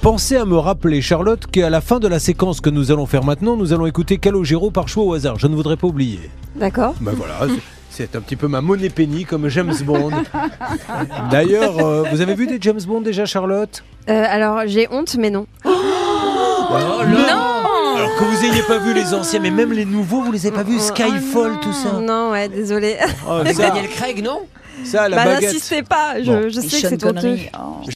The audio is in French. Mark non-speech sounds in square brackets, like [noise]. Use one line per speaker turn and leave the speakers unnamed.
pensez à me rappeler, Charlotte, qu'à la fin de la séquence que nous allons faire maintenant, nous allons écouter Calogero par choix au hasard. Je ne voudrais pas oublier.
D'accord.
Ben voilà, c'est- c'est un petit peu ma monnaie penny comme James Bond. [laughs] D'ailleurs, euh, vous avez vu des James Bond déjà, Charlotte
Euh, alors, j'ai honte, mais non.
Oh, Alors que vous n'ayez pas vu les anciens, mais même les nouveaux, vous les avez pas vus Skyfall, tout ça.
Oh, Non, ouais, désolé.
Oh,
Avec
ça,
Daniel Craig, non
ça, la
bah,
baguette.
n'insistez pas, je,
Bon.
je
Et
sais que
Sean
c'est honteux.
Connery, oh.